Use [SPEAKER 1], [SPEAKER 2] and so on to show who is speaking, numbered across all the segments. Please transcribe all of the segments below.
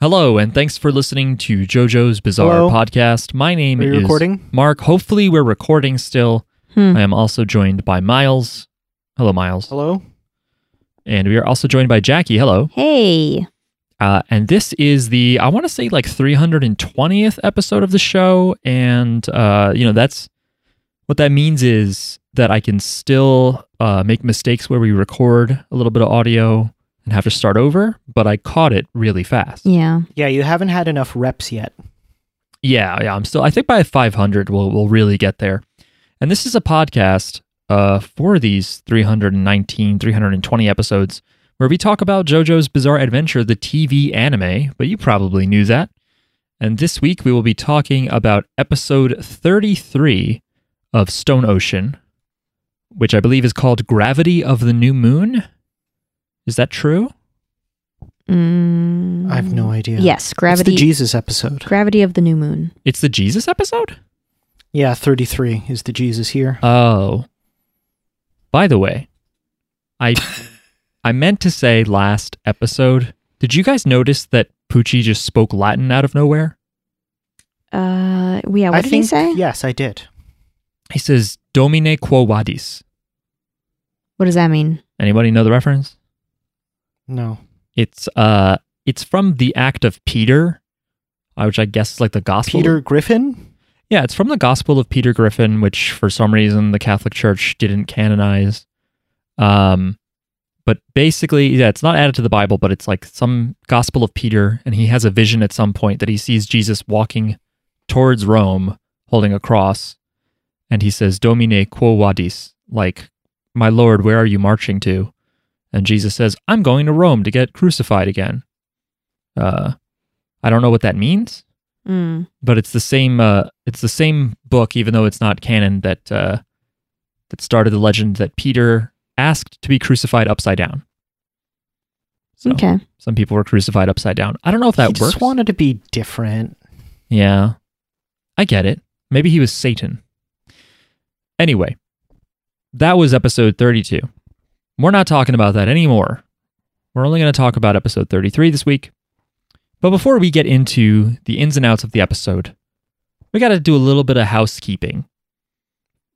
[SPEAKER 1] Hello, and thanks for listening to JoJo's Bizarre
[SPEAKER 2] Hello.
[SPEAKER 1] Podcast. My name
[SPEAKER 2] Are you
[SPEAKER 1] is
[SPEAKER 2] recording?
[SPEAKER 1] Mark. Hopefully, we're recording still.
[SPEAKER 3] Hmm.
[SPEAKER 1] I am also joined by Miles. Hello, Miles.
[SPEAKER 2] Hello?
[SPEAKER 1] And we are also joined by Jackie. Hello.
[SPEAKER 3] Hey.
[SPEAKER 1] Uh, and this is the, I want to say like 320th episode of the show. And, uh, you know, that's what that means is that I can still uh, make mistakes where we record a little bit of audio and have to start over, but I caught it really fast.
[SPEAKER 3] Yeah.
[SPEAKER 2] Yeah, you haven't had enough reps yet.
[SPEAKER 1] Yeah, yeah, I'm still. I think by 500 we'll we'll really get there. And this is a podcast uh for these 319, 320 episodes where we talk about JoJo's Bizarre Adventure, the TV anime, but you probably knew that. And this week we will be talking about episode 33 of Stone Ocean, which I believe is called Gravity of the New Moon. Is that true?
[SPEAKER 3] Mm.
[SPEAKER 2] I have no idea.
[SPEAKER 3] Yes,
[SPEAKER 2] It's the
[SPEAKER 3] gravity.
[SPEAKER 2] Jesus episode.
[SPEAKER 3] gravity of the new moon.
[SPEAKER 1] It's the Jesus episode?
[SPEAKER 2] Yeah, 33 is the Jesus here.
[SPEAKER 1] Oh. By the way, I I meant to say last episode. Did you guys notice that Pucci just spoke Latin out of nowhere?
[SPEAKER 3] Uh, yeah. What
[SPEAKER 2] I
[SPEAKER 3] did
[SPEAKER 2] think,
[SPEAKER 3] he say?
[SPEAKER 2] Yes, I did.
[SPEAKER 1] He says Domine quo vadis.
[SPEAKER 3] What does that mean?
[SPEAKER 1] Anybody know the reference?
[SPEAKER 2] No.
[SPEAKER 1] It's uh it's from the act of Peter, uh, which I guess is like the gospel.
[SPEAKER 2] Peter Griffin?
[SPEAKER 1] Yeah, it's from the Gospel of Peter Griffin, which for some reason the Catholic Church didn't canonize. Um, but basically, yeah, it's not added to the Bible, but it's like some Gospel of Peter, and he has a vision at some point that he sees Jesus walking towards Rome holding a cross, and he says, Domine quo vadis? Like, my Lord, where are you marching to? And Jesus says, I'm going to Rome to get crucified again. Uh, I don't know what that means
[SPEAKER 3] Mm.
[SPEAKER 1] but it's the same uh, it's the same book even though it's not canon that uh, that started the legend that Peter asked to be crucified upside down. So
[SPEAKER 2] Oh.
[SPEAKER 3] Okay.
[SPEAKER 1] some people were crucified upside down. I don't know if that
[SPEAKER 2] he
[SPEAKER 1] works.
[SPEAKER 2] just wanted to be different.
[SPEAKER 1] yeah. I get it. Maybe he was Satan. Anyway, that was episode 32. We're not talking about that anymore. We're only going to talk about episode 33 this week. But before we get into the ins and outs of the episode, we got to do a little bit of housekeeping.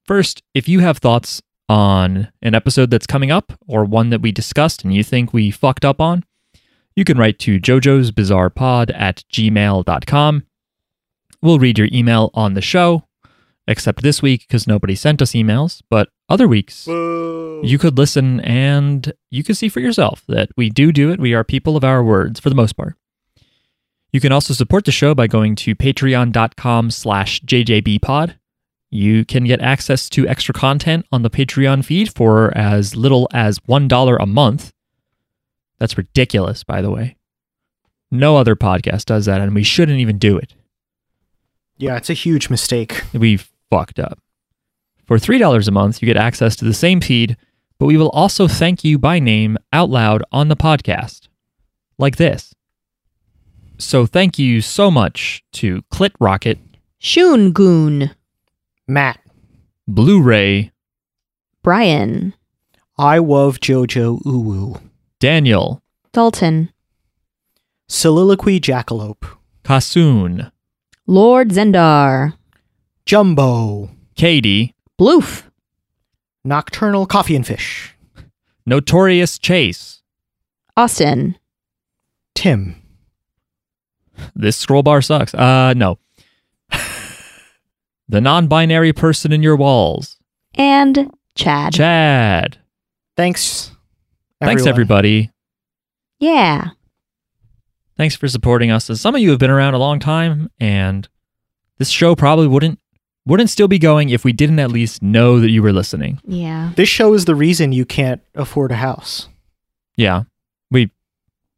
[SPEAKER 1] First, if you have thoughts on an episode that's coming up or one that we discussed and you think we fucked up on, you can write to jojo's bizarre pod at gmail.com. We'll read your email on the show, except this week because nobody sent us emails, but other weeks you could listen and you could see for yourself that we do do it. We are people of our words for the most part. You can also support the show by going to patreon.com slash jjbpod. You can get access to extra content on the Patreon feed for as little as $1 a month. That's ridiculous, by the way. No other podcast does that, and we shouldn't even do it
[SPEAKER 2] Yeah, it's a huge mistake.
[SPEAKER 1] we fucked up. For $3 a month, you get access to the same feed, but we will also thank you by name out loud on the podcast, like this. So thank you so much to Clit Rocket,
[SPEAKER 3] Shun Goon.
[SPEAKER 2] Matt,
[SPEAKER 1] Blu ray,
[SPEAKER 3] Brian.
[SPEAKER 2] I love JoJo Uwu.
[SPEAKER 1] Daniel,
[SPEAKER 3] Dalton.
[SPEAKER 2] Soliloquy Jackalope.
[SPEAKER 1] Kasoon,
[SPEAKER 3] Lord Zendar.
[SPEAKER 2] Jumbo.
[SPEAKER 1] Katie,
[SPEAKER 3] Bloof.
[SPEAKER 2] Nocturnal Coffee and Fish.
[SPEAKER 1] Notorious Chase.
[SPEAKER 3] Austin.
[SPEAKER 2] Tim.
[SPEAKER 1] This scroll bar sucks. Uh, no. the non binary person in your walls,
[SPEAKER 3] And Chad.
[SPEAKER 1] Chad.
[SPEAKER 2] Thanks.
[SPEAKER 1] Thanks, everybody.
[SPEAKER 3] Yeah.
[SPEAKER 1] Thanks for supporting us. As some of you have been around a long time, and this show probably wouldn't wouldn't still be going if we didn't at least know that you were listening.
[SPEAKER 3] Yeah.
[SPEAKER 2] This show is the reason you can't afford a house.
[SPEAKER 1] Yeah, we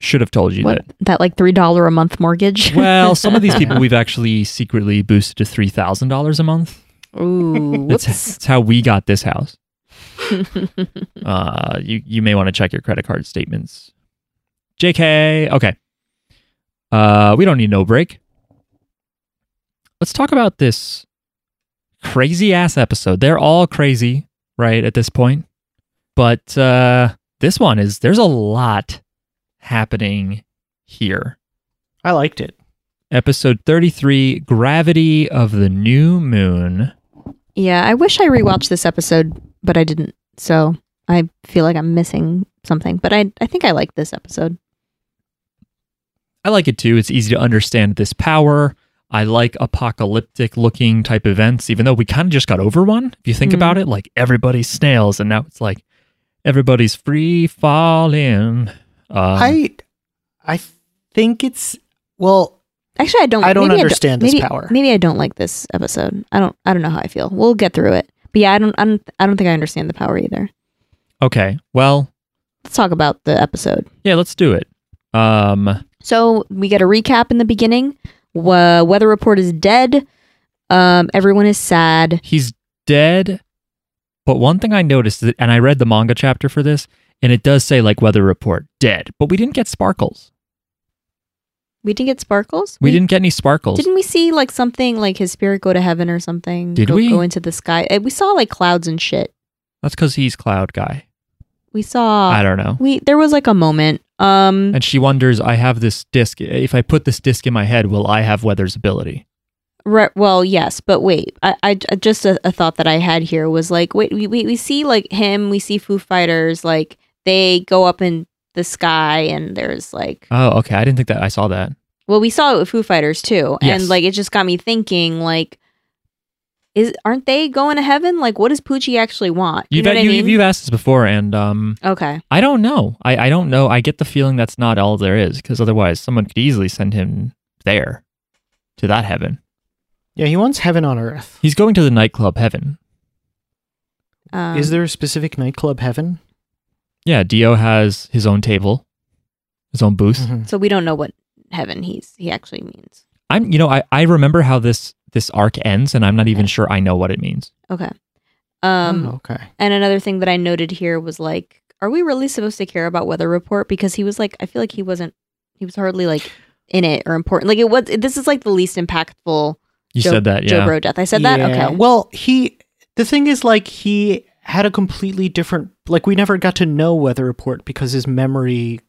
[SPEAKER 1] should have told you
[SPEAKER 3] What? That like $3 a month mortgage?
[SPEAKER 1] that. Well, some of these people we've actually secretly boosted to three thousand dollars a month.
[SPEAKER 3] Ooh.
[SPEAKER 1] That's,
[SPEAKER 3] Whoops.
[SPEAKER 1] that's how we got this house. Uh, you you may want to check your credit card statements. Jk. Okay. Uh, we don't need no break. Let's talk about this crazy ass episode. They're all crazy, right? At this point, but uh, this one is. There's a lot happening here.
[SPEAKER 2] I liked it.
[SPEAKER 1] Episode 33 Gravity of the New Moon.
[SPEAKER 3] Yeah, I wish I rewatched this episode, but I didn't. So I feel like I'm missing something. But I, I think I like this episode.
[SPEAKER 1] I like it too. It's easy to understand this power. I like apocalyptic looking type events, even though we kind of just got over one. If you think
[SPEAKER 3] Mhm.
[SPEAKER 1] about it, like everybody's snails, and now it's like everybody's free falling. Um,
[SPEAKER 2] I I think it's well,
[SPEAKER 3] Actually, I don't.
[SPEAKER 2] I don't
[SPEAKER 3] maybe
[SPEAKER 2] understand this
[SPEAKER 3] maybe,
[SPEAKER 2] power.
[SPEAKER 3] Maybe I don't like this episode. I don't. I don't know how I feel. We'll get through it. But yeah, I don't. I don't, I don't think I understand the power either.
[SPEAKER 1] okay. Well,
[SPEAKER 3] Let's talk about the episode.
[SPEAKER 1] yeah, let's do it. Um,
[SPEAKER 3] So we get a recap in the beginning. Wha- weather report is dead. Um, everyone is sad.
[SPEAKER 1] he's dead. But one thing I noticed, is- and I read the manga chapter for this, and it does say like weather report dead, but we didn't get sparkles.
[SPEAKER 3] We didn't get sparkles.
[SPEAKER 1] We didn't get any sparkles.
[SPEAKER 3] Didn't we see like something like his spirit go to heaven or something?
[SPEAKER 1] Did
[SPEAKER 3] go,
[SPEAKER 1] we?
[SPEAKER 3] go into the sky? Uh, We saw like clouds and shit.
[SPEAKER 1] That's because he's Cloud Guy.
[SPEAKER 3] We saw.
[SPEAKER 1] I don't know.
[SPEAKER 3] We there was like a moment. Um,
[SPEAKER 1] And she wonders, I have this disc. If I put this disc in my head, will I have Weather's ability?
[SPEAKER 3] Right. Well, yes, but wait. I, I just a, a thought that I had here was like, wait, we, we, we see like him, we see Foo Fighters, like they go up in the sky, and there's like,
[SPEAKER 1] Oh, okay. I didn't think that I saw that.
[SPEAKER 3] well, we saw it with Foo Fighters too,
[SPEAKER 1] Yes.
[SPEAKER 3] and like it just got me thinking, like, is aren't they going to heaven? Like, what does Poochie actually want? You
[SPEAKER 1] You've,
[SPEAKER 3] know what
[SPEAKER 1] you,
[SPEAKER 3] I mean?
[SPEAKER 1] have asked this before, and um,
[SPEAKER 3] okay.
[SPEAKER 1] I don't know. I, I don't know. I get the feeling that's not all there is, because otherwise, someone could easily send him there to that heaven.
[SPEAKER 2] yeah, he wants heaven on earth.
[SPEAKER 1] He's going to the nightclub heaven.
[SPEAKER 3] Um,
[SPEAKER 2] Is there a specific nightclub heaven?
[SPEAKER 1] Yeah, Dio has his own table, his own booth.
[SPEAKER 2] Mhm.
[SPEAKER 3] So we don't know what heaven he's he actually means.
[SPEAKER 1] I'm, you know, I, I remember how this this arc ends, and I'm not even sure I know what it means.
[SPEAKER 3] Okay. Um.
[SPEAKER 2] Oh, okay.
[SPEAKER 3] And another thing that I noted here was like, are we really supposed to care about weather report? Because he was like, I feel like he wasn't, he was hardly like in it or important. Like it was. This is like the least impactful.
[SPEAKER 1] You
[SPEAKER 3] Joe,
[SPEAKER 1] said that, yeah.
[SPEAKER 3] Joe Bro death. I said that.
[SPEAKER 2] Yeah.
[SPEAKER 3] Okay.
[SPEAKER 2] Well, he the thing is like he had a completely different like we never got to know weather report because his memory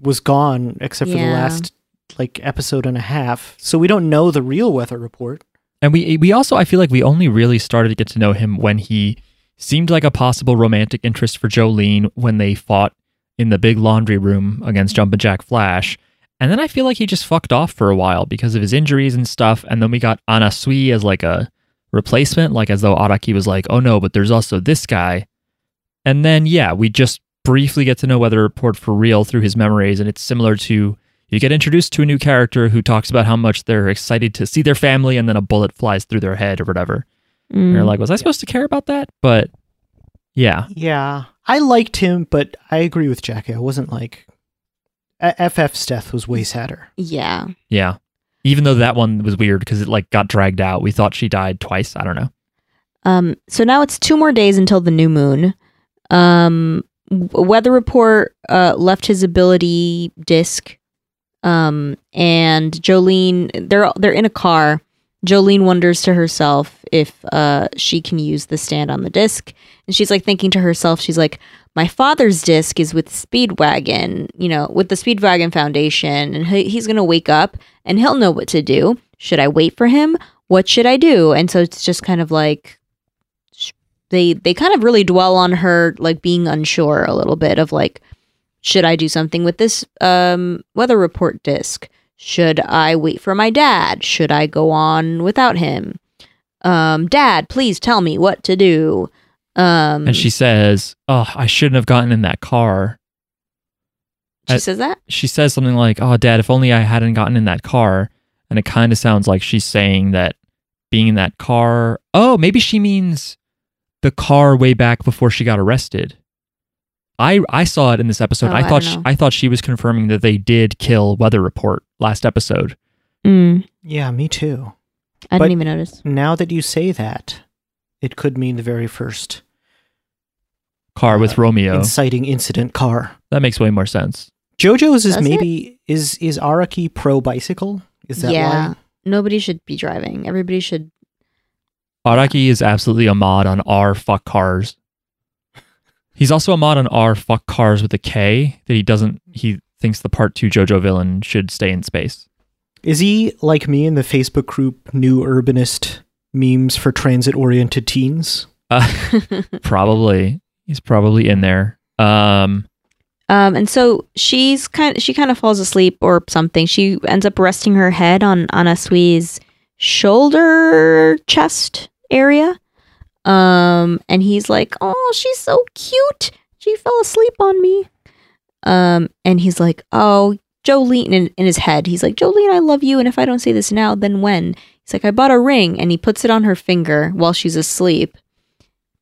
[SPEAKER 2] was gone except for the
[SPEAKER 3] Yeah.
[SPEAKER 2] last like episode and a half. So we don't know the real weather report.
[SPEAKER 1] And we we also I feel like we only really started to get to know him when he seemed like a possible romantic interest for Jolene when they fought in the big laundry room against Jumpin' Jack Flash. And then I feel like he just fucked off for a while because of his injuries and stuff. And then we got Anasui as like a replacement, like as though Araki was like, oh no, but there's also this guy. And then yeah, we just briefly get to know Weather Report for real through his memories, and it's similar to you get introduced to a new character who talks about how much they're excited to see their family, and then a bullet flies through their head or whatever. And
[SPEAKER 3] Mm.
[SPEAKER 1] you're like, was I supposed to care about that? But yeah,
[SPEAKER 2] Yeah. I liked him, but I agree with Jackie. I wasn't like A- FF's death was way sadder.
[SPEAKER 3] yeah.
[SPEAKER 1] yeah. Even though that one was weird because it like got dragged out. We thought she died twice. I don't know.
[SPEAKER 3] Um. So now it's two more days until the new moon. Um. w- Weather report uh, left his ability disc. Um. And Jolene, they're they're in a car. Jolene wonders to herself if uh, she can use the stand on the disc. And she's like thinking to herself, she's like, my father's disc is with Speedwagon, you know, with the Speedwagon Foundation, and he, he's going to wake up and he'll know what to do. Should I wait for him? What should I do? And so it's just kind of like sh- they they kind of really dwell on her like being unsure a little bit of like should I do something with this um, weather report disc? Should I wait for my dad? Should I go on without him? Um, dad, please tell me what to do. Um,
[SPEAKER 1] And she says, "Oh, I shouldn't have gotten in that car."
[SPEAKER 3] she
[SPEAKER 1] I-
[SPEAKER 3] says that.
[SPEAKER 1] She says something like, "Oh, Dad, if only I hadn't gotten in that car." And it kind of sounds like she's saying that being in that car. Oh, maybe she means the car way back before she got arrested. I I saw it in this episode.
[SPEAKER 3] Oh,
[SPEAKER 1] I
[SPEAKER 3] I
[SPEAKER 1] thought
[SPEAKER 3] don't
[SPEAKER 1] she,
[SPEAKER 3] know.
[SPEAKER 1] I thought she was confirming that they did kill Weather Report last episode.
[SPEAKER 3] Mm,
[SPEAKER 2] Yeah, me too.
[SPEAKER 3] I
[SPEAKER 2] But-
[SPEAKER 3] didn't even notice.
[SPEAKER 2] Now that you say that, it could mean the very first
[SPEAKER 1] Car with Romeo.
[SPEAKER 2] inciting incident car.
[SPEAKER 1] that makes way more sense.
[SPEAKER 2] JoJo's is
[SPEAKER 3] Does it?
[SPEAKER 2] maybe is is Araki pro bicycle? Is that
[SPEAKER 3] yeah,
[SPEAKER 2] why?
[SPEAKER 3] nobody should be driving. Everybody should.
[SPEAKER 1] Araki is absolutely a mod on R fuck cars. He's also a mod on R fuck cars with a K that he doesn't he thinks the part two JoJo villain should stay in space.
[SPEAKER 2] Is he like me in the Facebook group New Urbanist Memes for Transit Oriented Teens?
[SPEAKER 1] Uh, probably. He's probably in there. Um,
[SPEAKER 3] Um, and so she's kind she kind of falls asleep or something. She ends up resting her head on Anasui's shoulder chest area. Um, and he's like, "Oh, she's so cute. She fell asleep on me." Um, and he's like, "Oh, Jolene in, in his head. He's like, "Jolene, I love you, and if I don't say this now, then when?" He's like, "I bought a ring." And he puts it on her finger while she's asleep.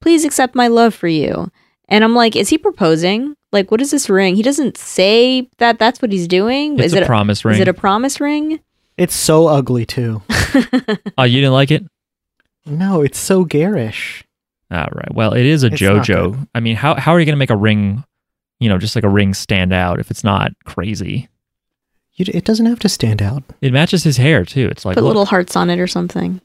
[SPEAKER 3] "Please accept my love for you." And I'm like, is he proposing? Like, what is this ring? He doesn't say that that's what he's doing.
[SPEAKER 1] it's
[SPEAKER 3] is
[SPEAKER 1] a
[SPEAKER 3] it
[SPEAKER 1] promise ring.
[SPEAKER 3] is it a promise ring?
[SPEAKER 2] It's so ugly too.
[SPEAKER 1] oh, you didn't like it?
[SPEAKER 2] No, it's so garish.
[SPEAKER 1] All right. Well, it is a
[SPEAKER 2] It's not
[SPEAKER 1] JoJo. I mean, how how are you going to make a ring, you know, just like a ring stand out if it's not crazy?
[SPEAKER 2] You, it doesn't have to stand out.
[SPEAKER 1] It matches his hair too. It's like
[SPEAKER 3] Put
[SPEAKER 1] look,
[SPEAKER 3] little hearts on it or something.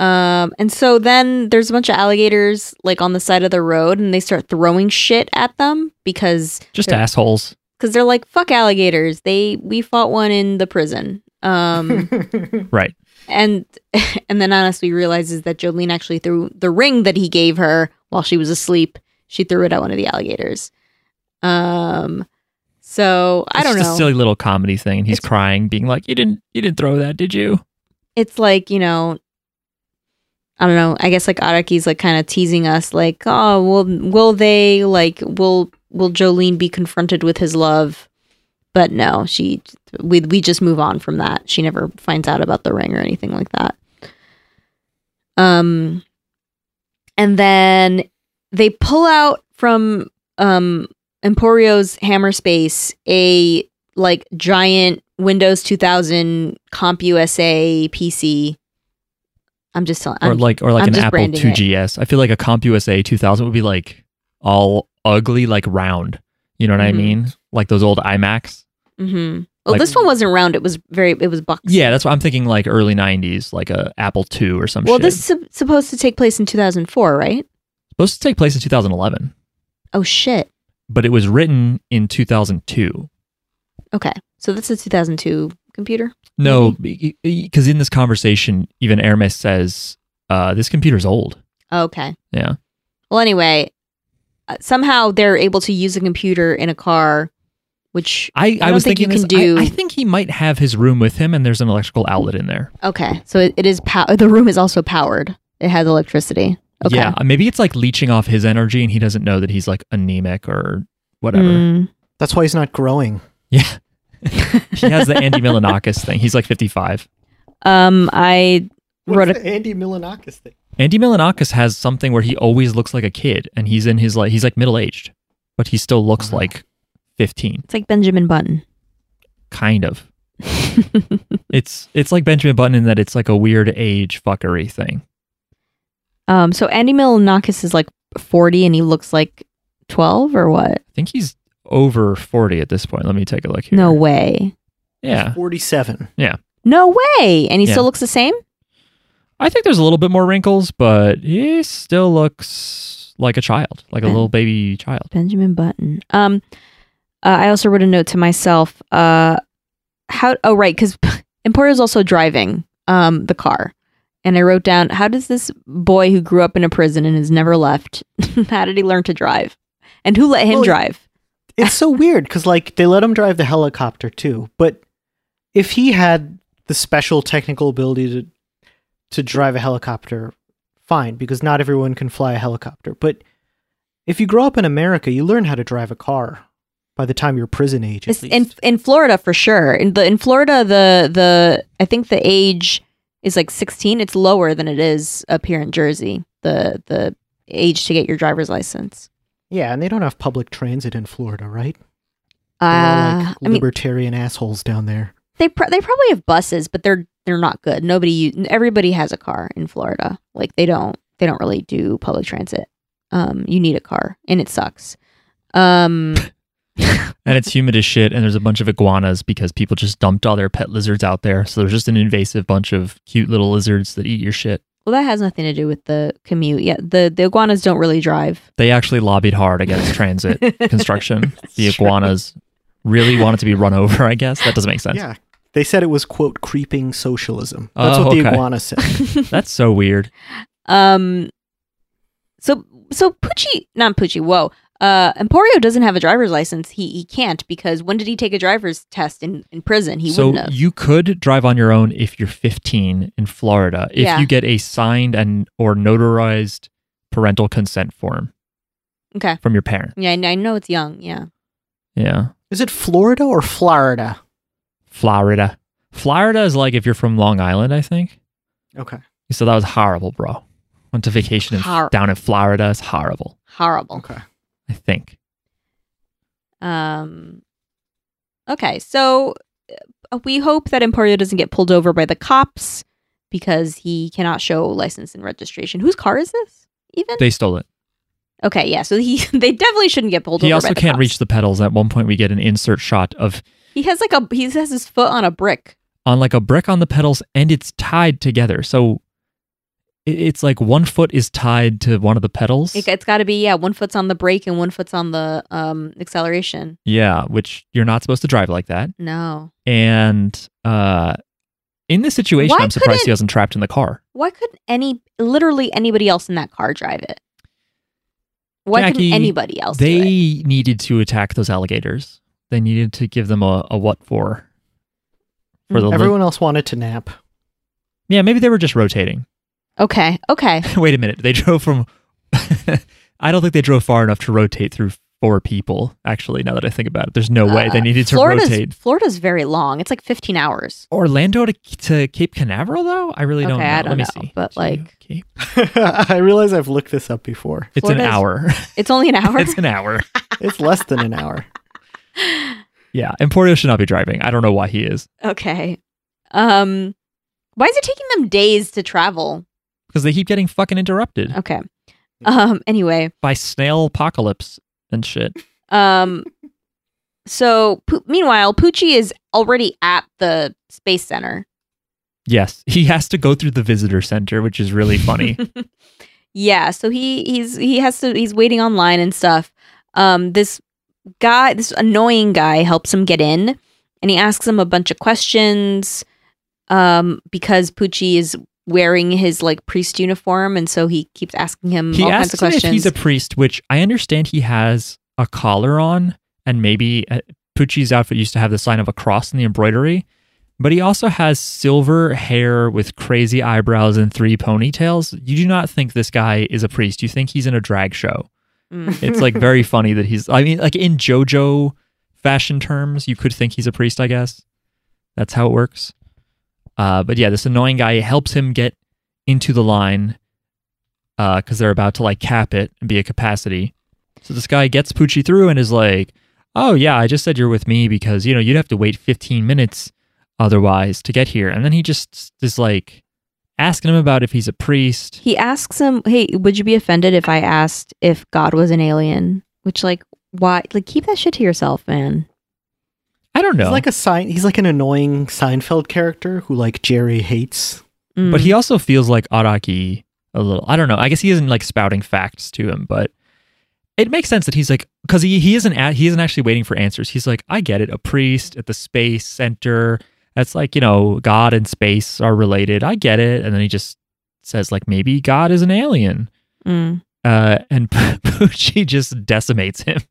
[SPEAKER 3] Um, and so then there's a bunch of alligators like on the side of the road, and they start throwing shit at them because
[SPEAKER 1] just
[SPEAKER 3] they're-
[SPEAKER 1] assholes.
[SPEAKER 3] because they're like fuck alligators. They we fought one in the prison. Um,
[SPEAKER 1] Right.
[SPEAKER 3] and and then honestly realizes that Jolene actually threw the ring that he gave her while she was asleep. She threw it at one of the alligators. Um, so I
[SPEAKER 1] It's
[SPEAKER 3] don't
[SPEAKER 1] just
[SPEAKER 3] know.
[SPEAKER 1] A silly little comedy thing. And he's crying, being like, "You didn't, you didn't throw that, did you?"
[SPEAKER 3] it's like you know i don't know i guess like araki's like kind of teasing us like oh will will they like will will jolene be confronted with his love but no she we, we just move on from that she never finds out about the ring or anything like that um and then they pull out from um emporio's hammer space a like giant Windows 2000 CompUSA PC. I'm just telling.
[SPEAKER 1] or
[SPEAKER 3] I'm-
[SPEAKER 1] like, or like
[SPEAKER 3] I'm
[SPEAKER 1] an
[SPEAKER 3] just
[SPEAKER 1] Apple
[SPEAKER 3] branding it.
[SPEAKER 1] 2GS. I feel like a CompUSA 2000 would be like all ugly, like round. You know what
[SPEAKER 3] Mhm.
[SPEAKER 1] I mean? Like those old iMacs.
[SPEAKER 3] mhm. Well,
[SPEAKER 1] Mm-hmm. like-
[SPEAKER 3] this one wasn't round. It was very. It was box.
[SPEAKER 1] Yeah, that's what I'm thinking. Like early '90s, like a Apple II or some
[SPEAKER 3] Well,
[SPEAKER 1] shit.
[SPEAKER 3] this is sup- supposed to take place in 2004, right?
[SPEAKER 1] supposed to take place in 2011,
[SPEAKER 3] Oh shit.
[SPEAKER 1] but it was written in 2002.
[SPEAKER 3] Okay. So that's a 2002 computer.
[SPEAKER 1] No,
[SPEAKER 3] Mm-hmm.
[SPEAKER 1] because in this conversation, even Hermes says, uh, "This computer's old."
[SPEAKER 3] Okay.
[SPEAKER 1] Yeah.
[SPEAKER 3] Well, anyway, uh, somehow they're able to use a computer in a car, which
[SPEAKER 1] I, I,
[SPEAKER 3] don't
[SPEAKER 1] was
[SPEAKER 3] think you
[SPEAKER 1] thinking this.
[SPEAKER 3] can do-
[SPEAKER 1] I, I think he might have his room with him, and there's an electrical outlet in there.
[SPEAKER 3] okay. So it, it is pow- uh, the room is also powered. It has electricity. Okay.
[SPEAKER 1] Yeah, uh, maybe it's like leeching off his energy, and he doesn't know that he's like anemic or whatever.
[SPEAKER 3] Mm.
[SPEAKER 2] That's why he's not growing.
[SPEAKER 1] Yeah, he has the Andy Milanakis thing. He's like 55.
[SPEAKER 3] Um, I wrote a
[SPEAKER 2] the Andy Milanakis thing?
[SPEAKER 1] Andy Milanakis has something where he always looks like a kid, and he's in his like he's like middle aged, but he still looks
[SPEAKER 3] Uh-huh.
[SPEAKER 2] Wow.
[SPEAKER 1] like 15,
[SPEAKER 3] It's like Benjamin Button.
[SPEAKER 1] kind of. It's it's like Benjamin Button in that it's like a weird age fuckery thing.
[SPEAKER 3] um, so Andy Milonakis is like 40 and he looks like 12 or what?
[SPEAKER 1] I think he's over 40 at this point. Let me take a look here.
[SPEAKER 3] No way.
[SPEAKER 1] Yeah.
[SPEAKER 2] 47.
[SPEAKER 3] No way. And he
[SPEAKER 1] Yeah.
[SPEAKER 3] still looks the same?
[SPEAKER 1] I think there's a little bit more wrinkles, but he still looks like a child, like a
[SPEAKER 3] Okay.
[SPEAKER 1] little baby child.
[SPEAKER 3] Benjamin Button. Um, uh, I also wrote a note to myself. Uh, how? Oh, right, because Emporio's also driving um the car, and I wrote down how does this boy who grew up in a prison and has never left? how did he learn to drive? And who let him
[SPEAKER 2] Well, he-
[SPEAKER 3] drive?
[SPEAKER 2] It's so weird because, like, they let him drive the helicopter too. But if he had the special technical ability to to drive a helicopter, fine, because not everyone can fly a helicopter. But if you grow up in America, you learn how to drive a car by the time you're prison age. At
[SPEAKER 3] It's
[SPEAKER 2] least.
[SPEAKER 3] in in Florida for sure. In the in Florida, the the I think the age is like sixteen. It's lower than it is up here in Jersey. The the age to get your driver's license.
[SPEAKER 2] yeah, and they don't have public transit in Florida, right? They're all,
[SPEAKER 3] Uh,
[SPEAKER 2] like
[SPEAKER 3] I mean,
[SPEAKER 2] libertarian assholes down there.
[SPEAKER 3] they pr- they probably have buses, but they're they're not good. Nobody u- everybody has a car in Florida. Like they don't they don't really do public transit. Um, you need a car, and it sucks. Um,
[SPEAKER 1] And it's humid as shit, and there's a bunch of iguanas because people just dumped all their pet lizards out there. So there's just an invasive bunch of cute little lizards that eat your shit.
[SPEAKER 3] well, that has nothing to do with the commute. Yeah, the the iguanas don't really drive.
[SPEAKER 1] They actually lobbied hard against transit construction. The
[SPEAKER 3] It's true.
[SPEAKER 1] iguanas really wanted to be run over, I guess. That doesn't make sense.
[SPEAKER 2] Yeah. They said it was, quote, creeping socialism. That's
[SPEAKER 1] Oh,
[SPEAKER 2] what the
[SPEAKER 1] okay.
[SPEAKER 2] iguana said.
[SPEAKER 1] That's so weird.
[SPEAKER 3] Um, so so Pucci, not Pucci. Whoa, uh, Emporio doesn't have a driver's license. He he can't because when did he take a driver's test in in prison? He
[SPEAKER 1] so
[SPEAKER 3] wouldn't have.
[SPEAKER 1] you could drive on your own if you're 15 in Florida if
[SPEAKER 3] Yeah.
[SPEAKER 1] you get a signed and or notarized parental consent form
[SPEAKER 3] Okay.
[SPEAKER 1] from your parent.
[SPEAKER 3] Yeah, I kn- I know it's young. Yeah.
[SPEAKER 1] Yeah.
[SPEAKER 2] Is it Florida or Florida?
[SPEAKER 1] Florida. Florida is like if you're from Long Island, I think.
[SPEAKER 2] Okay.
[SPEAKER 1] So that was horrible, bro. Went to vacation in,
[SPEAKER 3] Hor-
[SPEAKER 1] down in Florida. It's horrible,
[SPEAKER 3] Horrible.
[SPEAKER 2] Okay.
[SPEAKER 1] I think.
[SPEAKER 3] Um. Okay, so uh, we hope that Emporio doesn't get pulled over by the cops because he cannot show license and registration. Whose car is this? Even
[SPEAKER 1] They stole it.
[SPEAKER 3] okay, yeah. So he they definitely shouldn't get pulled
[SPEAKER 1] He
[SPEAKER 3] over.
[SPEAKER 1] also
[SPEAKER 3] by the
[SPEAKER 1] can't
[SPEAKER 3] cops.
[SPEAKER 1] reach the pedals. At one point, we get an insert shot of
[SPEAKER 3] He has like a he has his foot on a brick.
[SPEAKER 1] on like a brick on the pedals and it's tied together. So i- it's like one foot is tied to one of the pedals.
[SPEAKER 3] It, it's got to be yeah, one foot's on the brake and one foot's on the um acceleration.
[SPEAKER 1] yeah, which you're not supposed to drive like that.
[SPEAKER 3] No,
[SPEAKER 1] And uh, in this situation,
[SPEAKER 3] Why
[SPEAKER 1] I'm surprised
[SPEAKER 3] couldn't-
[SPEAKER 1] he wasn't trapped in the car.
[SPEAKER 3] why couldn't any literally anybody else in that car drive it? Why
[SPEAKER 1] Jackie,
[SPEAKER 3] couldn't anybody else? do
[SPEAKER 1] They
[SPEAKER 3] it?
[SPEAKER 1] needed to attack those alligators. They needed to give them a, a what for.
[SPEAKER 3] Hmm.
[SPEAKER 1] For the
[SPEAKER 2] Mm. Everyone else wanted to nap.
[SPEAKER 1] yeah, maybe they were just rotating.
[SPEAKER 3] okay, okay,
[SPEAKER 1] Wait a minute. They drove from. I don't think they drove far enough to rotate through four people, actually, now that I think about it. There's no way. They
[SPEAKER 3] Uh,
[SPEAKER 1] needed to
[SPEAKER 3] Florida's,
[SPEAKER 1] rotate.
[SPEAKER 3] Florida's very long. It's like fifteen hours.
[SPEAKER 1] Orlando to, to Cape Canaveral, though? I really don't
[SPEAKER 3] Okay,
[SPEAKER 1] know.
[SPEAKER 3] I
[SPEAKER 1] Let
[SPEAKER 3] don't
[SPEAKER 1] me
[SPEAKER 3] know,
[SPEAKER 1] see.
[SPEAKER 3] but,
[SPEAKER 1] To
[SPEAKER 3] like-
[SPEAKER 1] Cape-
[SPEAKER 2] I realize I've looked this up before.
[SPEAKER 1] it's an
[SPEAKER 3] Florida's-
[SPEAKER 1] hour.
[SPEAKER 3] It's only an hour.
[SPEAKER 1] it's an hour.
[SPEAKER 2] It's less than an hour.
[SPEAKER 1] Yeah, Emporio should not be driving. I don't know why he is
[SPEAKER 3] okay. Um, why is it taking them days to travel?
[SPEAKER 1] because they keep getting fucking interrupted
[SPEAKER 3] Okay. Um. Anyway.
[SPEAKER 1] by snail apocalypse and shit.
[SPEAKER 3] Um, so Poo- meanwhile, Poochie is already at the space center.
[SPEAKER 1] Yes, he has to go through the visitor center, which is really funny.
[SPEAKER 3] Hmm, Yeah, so he he's he has to he's waiting online and stuff. Um, this guy, this annoying guy, helps him get in, and he asks him a bunch of questions. Um, because Poochie is wearing his like priest uniform, and so he keeps asking him
[SPEAKER 1] he
[SPEAKER 3] all kinds
[SPEAKER 1] asks
[SPEAKER 3] of
[SPEAKER 1] him if
[SPEAKER 3] questions.
[SPEAKER 1] he's a priest, which I understand he has a collar on, and maybe uh, Pucci's outfit used to have the sign of a cross in the embroidery. But he also has silver hair with crazy eyebrows and three ponytails. You do not think this guy is a priest. You think he's in a drag show.
[SPEAKER 3] Mm.
[SPEAKER 1] It's like very funny that he's, I mean, like in JoJo fashion terms, you could think he's a priest, I guess. That's how it works. Uh, but yeah, this annoying guy helps him get into the line because they're about to like cap it and be a capacity. So this guy gets Poochie through and is like, "Oh yeah, I just said you're with me because you know you'd have to wait 15 minutes otherwise to get here." And then he just is like asking him about if he's a priest.
[SPEAKER 3] He asks him, "Hey, would you be offended if I asked if God was an alien?" Which, like, why? Like, keep that shit to yourself, man.
[SPEAKER 1] I don't know,
[SPEAKER 2] He's like a sign. He's like an annoying Seinfeld character who like Jerry hates.
[SPEAKER 3] Mm.
[SPEAKER 1] but he also feels like Araki a little. I don't know. I guess he isn't like spouting facts to him, but it makes sense that he's like because he he isn't a, he isn't actually waiting for answers. He's like, I get it. A priest at the space center. That's like you know, God and space are related. I get it. And then he just says like, maybe God is an alien.
[SPEAKER 3] Mm.
[SPEAKER 1] Uh, and Poochie just decimates him.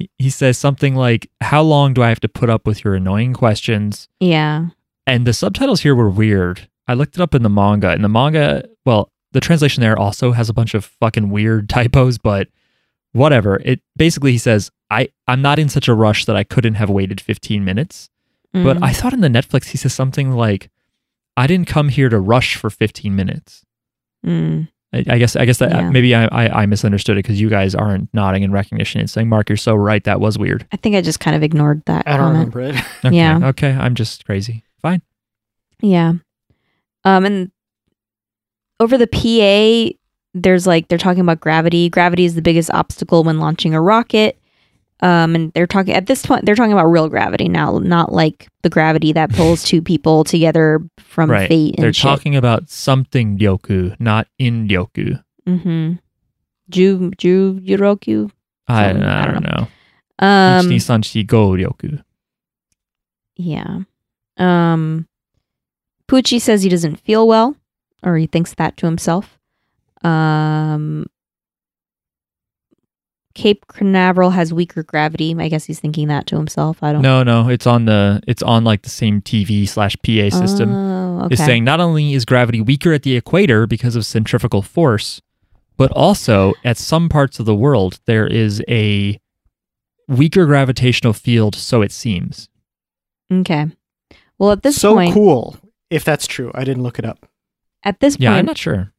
[SPEAKER 1] He- He says something like, "How long do I have to put up with your annoying questions?"
[SPEAKER 3] yeah,
[SPEAKER 1] And the subtitles here were weird. I looked it up in the manga, and the manga, well, the translation there also has a bunch of fucking weird typos, but whatever. It basically he says, I, I'm not in such a rush that I couldn't have waited 15 minutes. But
[SPEAKER 3] Mm,
[SPEAKER 1] I thought in the Netflix he says something like, I didn't come here to rush for 15 minutes.
[SPEAKER 3] Mm.
[SPEAKER 1] I, I guess I guess that
[SPEAKER 3] Yeah.
[SPEAKER 1] maybe I, I, I misunderstood it because you guys aren't nodding in recognition and saying, Mark, you're so right. That was weird.
[SPEAKER 3] I think I just kind of ignored that
[SPEAKER 2] I don't
[SPEAKER 3] comment.
[SPEAKER 2] remember it.
[SPEAKER 1] Okay.
[SPEAKER 3] Yeah.
[SPEAKER 1] Okay. I'm just crazy. Fine.
[SPEAKER 3] Yeah. Um, and over the PA, there's like they're talking about gravity. Gravity is the biggest obstacle when launching a rocket. Um, and they're talking at this point they're talking about real gravity now, not like the gravity that pulls two people together from
[SPEAKER 1] Right.
[SPEAKER 3] fate and
[SPEAKER 1] They're
[SPEAKER 3] shit.
[SPEAKER 1] talking about something yoku, not in yoku.
[SPEAKER 3] Mm-hmm. Ju Ju Yuroku.
[SPEAKER 1] I,
[SPEAKER 3] So,
[SPEAKER 1] I, don't know.
[SPEAKER 3] Um,
[SPEAKER 1] Ichi-san-shi-go-ryoku.
[SPEAKER 3] Yeah. Um Pucci says he doesn't feel well or he thinks that to himself. Um Cape Canaveral has weaker gravity. I guess he's thinking that to himself. I don't
[SPEAKER 1] No, no, it's on the it's on like the same TV slash PA system.
[SPEAKER 3] Oh, okay.
[SPEAKER 1] Is saying not only is gravity weaker at the equator because of centrifugal force, but also at some parts of the world there is a weaker gravitational field. So it seems.
[SPEAKER 3] okay. Well, at this
[SPEAKER 2] so
[SPEAKER 3] point,
[SPEAKER 2] cool. If that's true, I didn't look it up.
[SPEAKER 3] at this
[SPEAKER 1] Yeah, I'm
[SPEAKER 3] point,
[SPEAKER 1] not sure.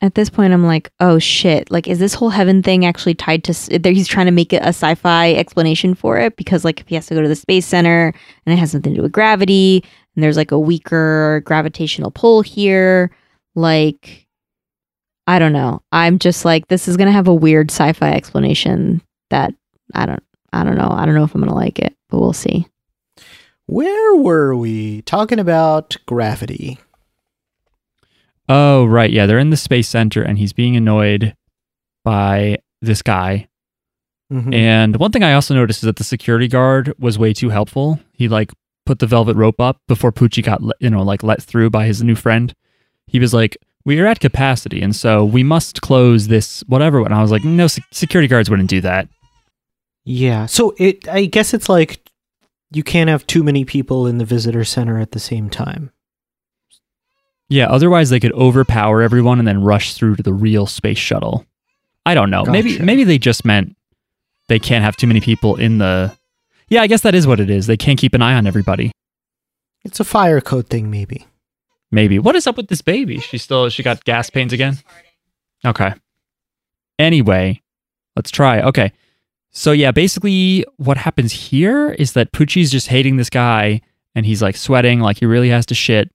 [SPEAKER 3] at this point, I'm like, oh shit! Like, is this whole heaven thing actually tied to? s- There, he's trying to make it a sci-fi explanation for it because, like, if he has to go to the space center and it has something to do with gravity, and there's like a weaker gravitational pull here, like, I don't know. I'm just like, this is gonna have a weird sci-fi explanation that I don't, I don't know. I don't know if I'm gonna like it, but we'll see.
[SPEAKER 2] Where were we talking about gravity?
[SPEAKER 1] Oh, right. Yeah, they're in the space center and he's being annoyed by this guy.
[SPEAKER 2] Mhm.
[SPEAKER 1] And one thing I also noticed is that the security guard was way too helpful. He like put the velvet rope up before Poochie got, let- you know, like let through by his new friend. He was like, "We are at capacity, and so we must close this whatever." And I was like, "No, se- security guards wouldn't do that."
[SPEAKER 2] Yeah. So it I guess it's like you can't have too many people in the visitor center at the same time.
[SPEAKER 1] Yeah, otherwise they could overpower everyone and then rush through to the real space shuttle. I don't know. Maybe
[SPEAKER 2] Gotcha.
[SPEAKER 1] maybe they just meant they can't have too many people in the Yeah, I guess that is what it is. They can't keep an eye on everybody.
[SPEAKER 2] It's a fire code thing maybe.
[SPEAKER 1] Maybe. What is up with this baby? She still she got gas pains again? Okay. Anyway, let's try. Okay. So yeah, basically what happens here is that Poochie's just hating this guy and he's like sweating like he really has to shit.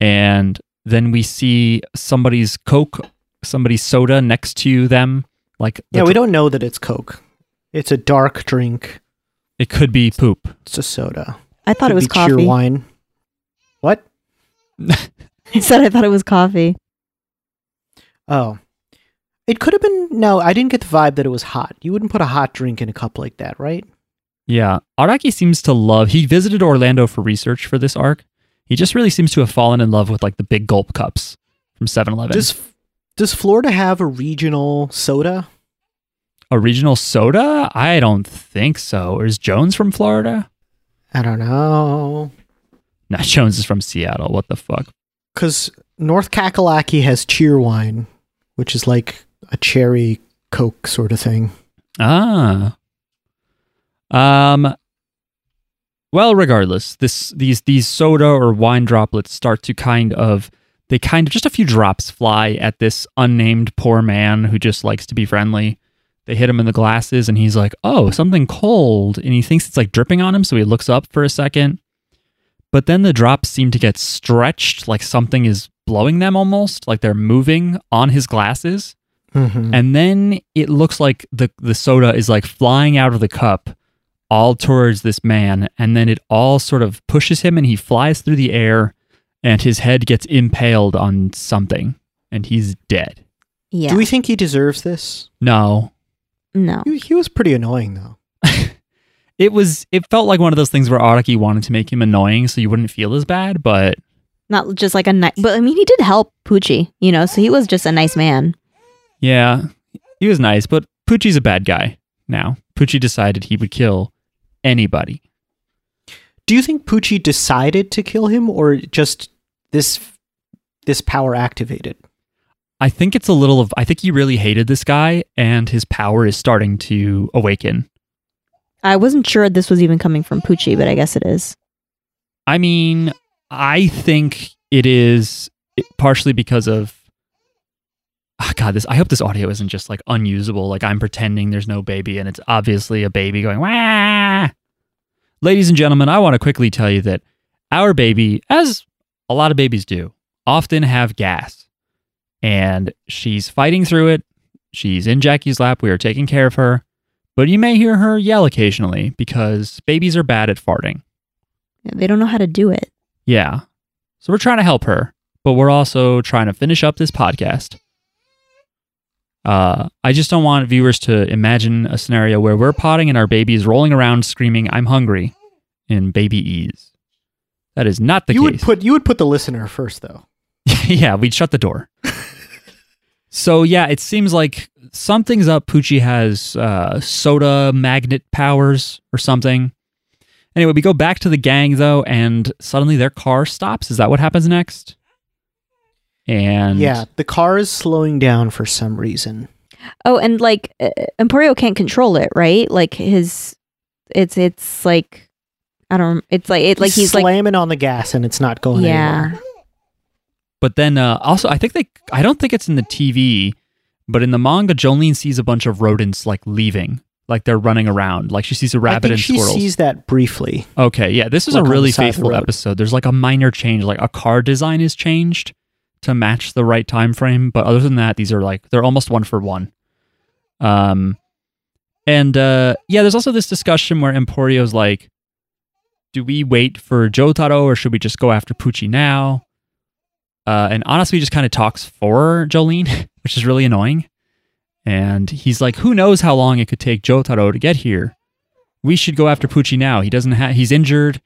[SPEAKER 1] And then we see somebody's Coke, somebody's soda next to them. Like
[SPEAKER 2] Yeah, we don't know that it's Coke. It's a dark drink.
[SPEAKER 1] it could be poop.
[SPEAKER 2] It's a soda.
[SPEAKER 3] I thought
[SPEAKER 2] Could
[SPEAKER 3] it was
[SPEAKER 2] be cheer
[SPEAKER 3] coffee.
[SPEAKER 2] wine. What?
[SPEAKER 3] I said I thought it was coffee.
[SPEAKER 2] Oh. It could have been no, I didn't get the vibe that it was hot. You wouldn't put a hot drink in a cup like that, right?
[SPEAKER 1] Yeah. Araki seems to love he visited Orlando for research for this arc. He just really seems to have fallen in love with like the big gulp cups from 7-Eleven.
[SPEAKER 2] Does does Florida have a regional soda?
[SPEAKER 1] original soda? I don't think so. Is Jones from Florida?
[SPEAKER 2] I don't know.
[SPEAKER 1] No, Jones is from Seattle. What the fuck?
[SPEAKER 2] Because North Kakalaki has cheer wine, which is like a cherry Coke sort of thing.
[SPEAKER 1] Ah. Um well, regardless, this these these soda or wine droplets start to kind of they kind of just a few drops fly at this unnamed poor man who just likes to be friendly. They hit him in the glasses and he's like, "Oh, something cold." And he thinks it's like dripping on him, so he looks up for a second. But then the drops seem to get stretched like something is blowing them almost, like they're moving on his glasses
[SPEAKER 2] Mm-hmm.
[SPEAKER 1] and then it looks like the the soda is like flying out of the cup all towards this man and then it all sort of pushes him and he flies through the air and his head gets impaled on something and he's dead
[SPEAKER 3] Yeah.
[SPEAKER 2] Do we think he deserves this?
[SPEAKER 1] no
[SPEAKER 3] no.
[SPEAKER 2] He, he was pretty annoying, though.
[SPEAKER 1] it was it felt like one of those things where Araki wanted to make him annoying so you wouldn't feel as bad but
[SPEAKER 3] not just like a nice but i mean he did help poochie you know so he was just a nice man
[SPEAKER 1] yeah he was nice but Poochie's a bad guy now Poochie decided he would kill anybody
[SPEAKER 2] Do you think Poochie decided to kill him, or just this this power activated?
[SPEAKER 1] I think it's a little of I think he really hated this guy and his power is starting to awaken.
[SPEAKER 3] i wasn't sure this was even coming from poochie but i guess it is
[SPEAKER 1] I mean, I think it is partially because of Ah, God, this I hope this audio isn't just like unusable. Like I'm pretending there's no baby and it's obviously a baby going wah. Ladies and gentlemen, I want to quickly tell you that our baby, as a lot of babies do, often have gas. And she's fighting through it. She's in Jackie's lap. We are taking care of her. But you may hear her yell occasionally because babies are bad at farting.
[SPEAKER 3] they don't know how to do it
[SPEAKER 1] Yeah. So we're trying to help her, but we're also trying to finish up this podcast. Uh, I just don't want viewers to imagine a scenario where we're potting and our baby is rolling around screaming, I'm hungry, in baby ease. That is not the
[SPEAKER 2] you
[SPEAKER 1] case.
[SPEAKER 2] would put you would put the listener first though.
[SPEAKER 1] yeah, we'd shut the door. so yeah, it seems like something's up. Poochie has uh, soda magnet powers or something. Anyway, we go back to the gang though, and suddenly their car stops. Is that what happens next? And
[SPEAKER 2] yeah, the car is slowing down for some reason.
[SPEAKER 3] Oh, and like uh, Emporio can't control it, right? Like his, it's it's like, I don't. It's like it like he's like
[SPEAKER 2] slamming on the gas and it's not going
[SPEAKER 3] yeah.
[SPEAKER 2] anywhere.
[SPEAKER 1] But then uh, also, I think they, I don't think it's in the TV, but in the manga, Jolene sees a bunch of rodents like leaving, like they're running around. Like she sees a rabbit
[SPEAKER 2] I think
[SPEAKER 1] and
[SPEAKER 2] she
[SPEAKER 1] squirrels.
[SPEAKER 2] sees that briefly.
[SPEAKER 1] Okay, yeah, this is a
[SPEAKER 2] Like on the
[SPEAKER 1] really
[SPEAKER 2] side of the
[SPEAKER 1] faithful
[SPEAKER 2] road.
[SPEAKER 1] episode. There's like a minor change, like a car design is changed to match the right time frame, but other than that, these are like they're almost one for one. Um, and uh, yeah, there's also this discussion where Emporio's like, "Do we wait for Jotaro or should we just go after Pucci now?" Uh, and honestly, just kind of talks for Jolene, which is really annoying. And he's like, "Who knows how long it could take Jotaro to get here?" we should go after Pucci now. He doesn't have he's injured.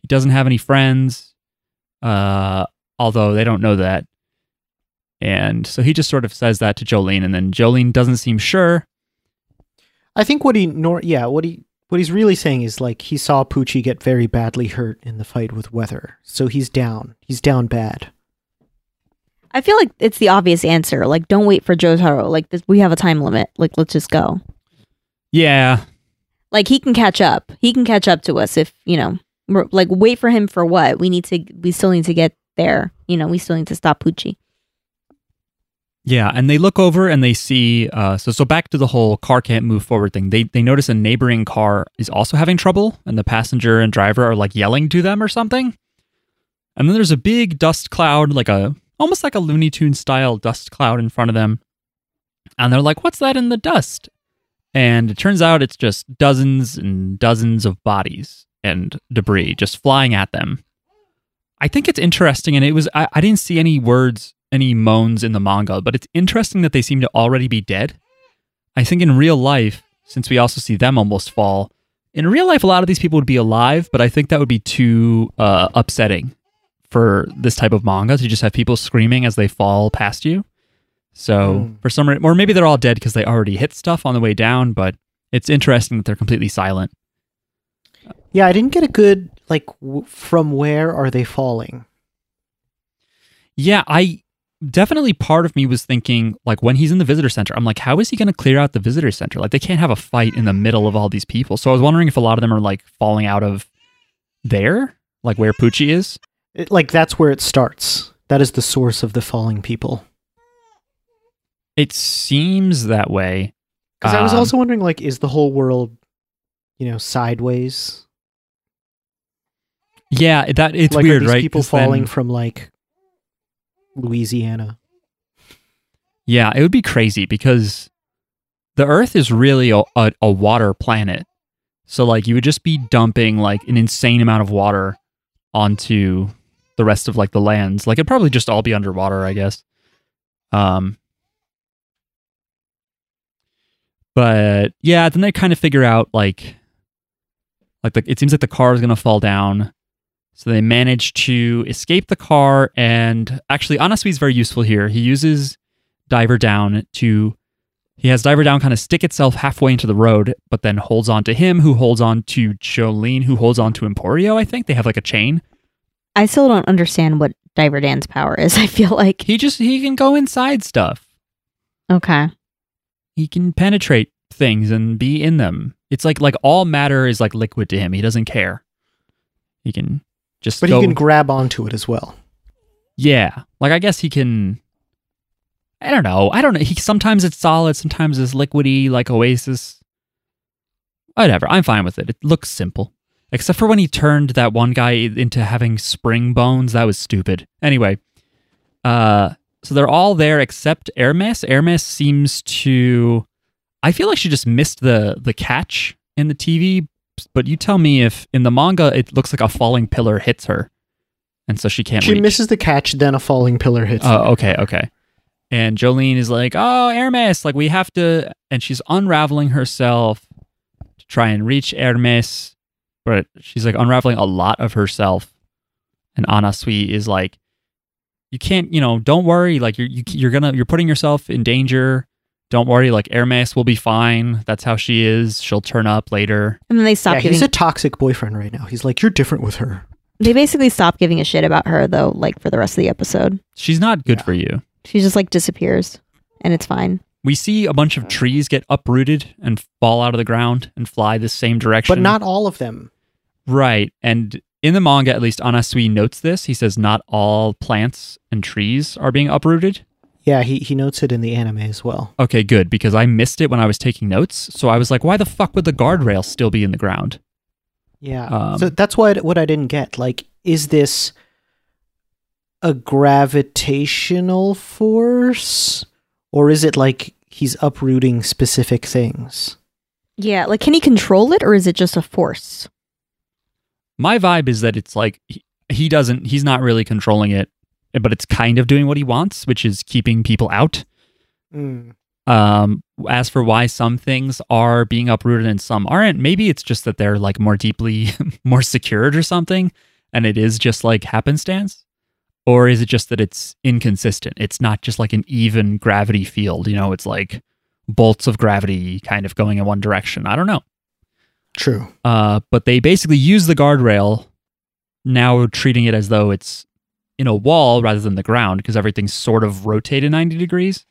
[SPEAKER 1] He doesn't have any friends. Uh although they don't know that. And so he just sort of says that to Jolene and then Jolene doesn't seem sure.
[SPEAKER 2] I think what he nor yeah, what he what he's really saying is like he saw Poochie get very badly hurt in the fight with Weather. So he's down. He's down bad.
[SPEAKER 3] I feel like it's the obvious answer. Like, don't wait for Jotaro. Like, this, we have a time limit. Like, let's just go.
[SPEAKER 1] Yeah.
[SPEAKER 3] Like, he can catch up. He can catch up to us if you know. We're, like, wait for him for what? We need to. We still need to get there. You know, we still need to stop Pucci.
[SPEAKER 1] Yeah. And they look over and they see uh so so back to the whole car can't move forward thing. They they notice a neighboring car is also having trouble and the passenger and driver are like yelling to them or something. And then there's a big dust cloud, like a almost like a Looney Tune style dust cloud in front of them. And they're like, what's that in the dust? And it turns out it's just dozens and dozens of bodies and debris just flying at them. I think it's interesting, and it was, I, I didn't see any words, any moans in the manga, but it's interesting that they seem to already be dead. I think in real life, since we also see them almost fall, in real life, a lot of these people would be alive, but I think that would be too uh, upsetting for this type of manga to just have people screaming as they fall past you. So
[SPEAKER 2] Mm.
[SPEAKER 1] for some reason, or maybe they're all dead because they already hit stuff on the way down, but it's interesting that they're completely silent.
[SPEAKER 2] Yeah, I didn't get a good like w- from where are they falling?
[SPEAKER 1] Yeah, I definitely part of me was thinking like when he's in the visitor center, I'm like, how is he going to clear out the visitor center? Like they can't have a fight in the middle of all these people. So I was wondering if a lot of them are like falling out of there, like where Poochie is.
[SPEAKER 2] It, like that's where it starts. That is the source of the falling people.
[SPEAKER 1] It seems that way.
[SPEAKER 2] Because I was
[SPEAKER 1] Um,
[SPEAKER 2] also wondering like is the whole world you know sideways?
[SPEAKER 1] Yeah, that it's
[SPEAKER 2] like, are
[SPEAKER 1] weird,
[SPEAKER 2] these
[SPEAKER 1] right?
[SPEAKER 2] People
[SPEAKER 1] 'Cause then-
[SPEAKER 2] falling from like Louisiana.
[SPEAKER 1] Yeah, it would be crazy because the Earth is really a, a, a water planet. So, like, you would just be dumping like an insane amount of water onto the rest of like the lands. Like, it'd probably just all be underwater, I guess. Um, but yeah, then they kind of figure out like, like the, it seems like the car is gonna fall down. So they manage to escape the car, and actually, Anasui is very useful here. He uses diver down to he has diver down kind of stick itself halfway into the road but then holds on to him who holds on to jolene who holds on to emporio i think they have like a chain
[SPEAKER 3] I still don't understand what Diver Dan's power is. I feel like
[SPEAKER 1] he just he can go inside stuff
[SPEAKER 3] okay.
[SPEAKER 1] he can penetrate things and be in them it's like like all matter is like liquid to him he doesn't care he can just
[SPEAKER 2] But
[SPEAKER 1] go,
[SPEAKER 2] he can grab onto it as well.
[SPEAKER 1] yeah like i guess he can i don't know i don't know he sometimes it's solid sometimes it's liquidy like oasis whatever. I'm fine with it. It looks simple. Except for when he turned that one guy into having spring bones. That was stupid. Anyway, uh, so they're all there except Hermes. Hermes seems to. I feel like she just missed the the catch in the TV. But you tell me if in the manga it looks like a falling pillar hits her, and so she can't.
[SPEAKER 2] She
[SPEAKER 1] reach. Uh,
[SPEAKER 2] misses the catch, then a falling pillar hits. her.
[SPEAKER 1] Oh, okay, okay. And Jolene is like, "Oh, Hermes, like we have to," and she's unraveling herself to try and reach Hermes, but she's like unraveling a lot of herself. And Anna Sui is like, "You can't, you know, don't worry. Like you're you, you're gonna you're putting yourself in danger. Don't worry. Like Hermes will be fine. That's how she is. She'll turn up later."
[SPEAKER 3] And then they stop
[SPEAKER 2] yeah,
[SPEAKER 3] giving.
[SPEAKER 2] he's a toxic boyfriend right now. He's like, you're different with her.
[SPEAKER 3] they basically stop giving a shit about her though. Like for the rest of the episode,
[SPEAKER 1] She's not good
[SPEAKER 2] Yeah.
[SPEAKER 1] for you.
[SPEAKER 3] she just like disappears, and it's fine.
[SPEAKER 1] We see a bunch of trees get uprooted and fall out of the ground and fly the same direction.
[SPEAKER 2] But not all of them.
[SPEAKER 1] Right. And in the manga, at least, Anasui notes this. He says not all plants and trees are being uprooted.
[SPEAKER 2] Yeah, he, he notes it in the anime as well.
[SPEAKER 1] Okay, good, because I missed it when I was taking notes. So I was like, why the fuck would the guardrail still be in the ground?
[SPEAKER 2] Yeah.
[SPEAKER 1] Um,
[SPEAKER 2] so that's what what I didn't get. Like, is this a gravitational force, or is it like he's uprooting specific things?
[SPEAKER 3] Yeah, like can he control it or is it just a force?
[SPEAKER 1] My vibe is that it's like he, he doesn't, he's not really controlling it, but it's kind of doing what he wants, which is keeping people out.
[SPEAKER 3] Hmm.
[SPEAKER 1] Um, as for why some things are being uprooted and some aren't, maybe it's just that they're like more deeply, more secured or something, and it is just like happenstance. Or is it just that it's inconsistent? It's not just like an even gravity field, you know, it's like bolts of gravity kind of going in one direction. I don't know.
[SPEAKER 2] True.
[SPEAKER 1] Uh, but they basically use the guardrail, now treating it as though it's in a wall rather than the ground because everything's sort of rotated 90 degrees.